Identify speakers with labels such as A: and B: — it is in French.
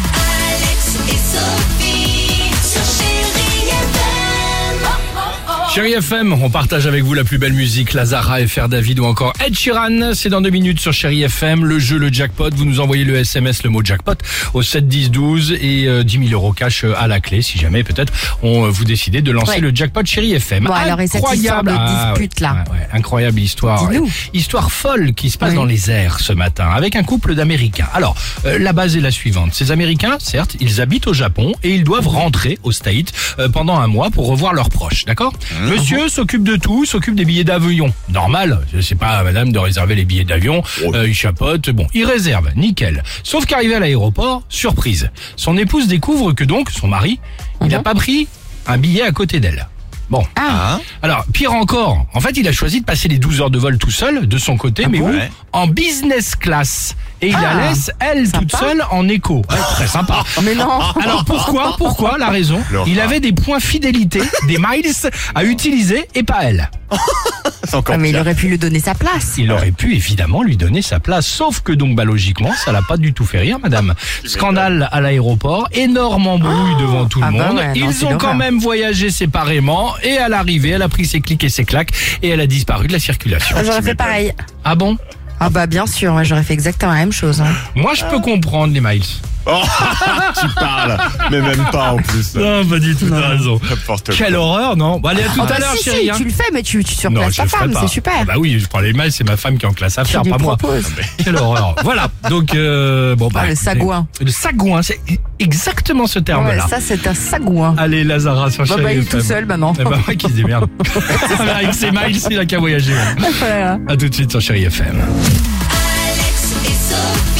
A: Oh,
B: Chérie FM, on partage avec vous la plus belle musique, Lazara, FR David ou encore Ed Sheeran. C'est dans deux minutes sur Chérie FM, le jeu, le jackpot. Vous nous envoyez le SMS, le mot jackpot au 7 10 12 et euh, 10 000 euros cash euh, à la clé si jamais peut-être on euh, vous décidez de lancer
C: Ouais.
B: le jackpot Chérie FM.
C: Bon, alors, et cette histoire de
B: Ah, ouais,
C: dispute, là
B: ouais, ouais, incroyable histoire.
C: Dis-nous.
B: Histoire folle qui se passe
C: Oui.
B: dans les airs ce matin avec un couple d'Américains. Alors, euh, la base est la suivante. Ces Américains, certes, ils habitent au Japon et ils doivent rentrer aux States euh, pendant un mois pour revoir leurs proches, d'accord
C: Ah
B: Monsieur s'occupe de tout, s'occupe des billets d'avion. Normal, c'est pas à madame de réserver les billets d'avion,
C: Oh.
B: Euh, il chapote, bon, il réserve, nickel. Sauf qu'arrivé à l'aéroport, surprise, son épouse découvre que donc, son mari, il n'a pas pris un billet à côté d'elle. Bon,
C: Mhm. Ah,
B: alors, pire encore, en fait, il a choisi de passer les 12 heures de vol tout seul, de son côté, mais
D: bon
B: où
D: Ouais.
B: En business class. Et il
C: Ah,
B: la laisse, elle,
C: sympa.
B: toute seule, en écho. Ouais, très sympa.
C: mais non Ah,
B: Alors pourquoi Pourquoi La raison
D: Le
B: Il
D: rat.
B: avait des points fidélité, des miles à utiliser et pas elle.
D: C'est encore
C: Ah, mais il
D: pire.
C: aurait pu lui donner sa place.
B: Il aurait pu évidemment lui donner sa place, sauf que donc bah logiquement, ça l'a pas du tout fait rire, madame. Scandale à l'aéroport, énorme embrouille devant tout
C: Ah
B: le
C: bah
B: monde.
C: ouais, non,
B: Ils
C: c'est
B: ont quand
C: l'horreur.
B: même voyagé séparément et à l'arrivée, elle a pris ses clics et ses claques et elle a disparu de la circulation.
C: J'aurais fait pareil.
B: Ah bon
C: Ah bah bien sûr, ouais, j'aurais fait exactement la même chose. hein.
B: Moi, je peux comprendre les miles.
D: Oh, tu parles, mais même pas en plus.
B: Non, pas du tout, t'as raison.
D: N'importe quoi.
B: Quelle horreur, non Bon, allez, à tout à l'heure,
C: Ah, bah si, si,
B: chérie. hein.
C: tu le fais, mais tu, tu
B: Non,
C: surplaces
B: je
C: ta
B: le ferai
C: femme,
B: pas.
C: c'est
B: Ah
C: super.
B: bah oui, je prends les mails, c'est ma femme qui est en classe à
C: Tu
B: faire,
C: lui
B: pas moi. Ah,
C: proposes.
B: Quelle horreur. Voilà. Donc, euh, bon, bah.
C: Ah, le
B: écoutez,
C: sagouin.
B: Le sagouin, c'est exactement ce
C: Ouais,
B: terme-là.
C: ça, c'est un sagouin.
B: Allez, Lazara, sur
C: Bah,
B: Chérie
C: bah, il est tout
B: FM.
C: seul maintenant.
B: Eh bah, ouais, qui se démerde. Avec ses miles, il a qu'à voyager.
C: Ah, Voilà.
B: À tout de suite sur Chérie FM.
A: Alex et Sophie.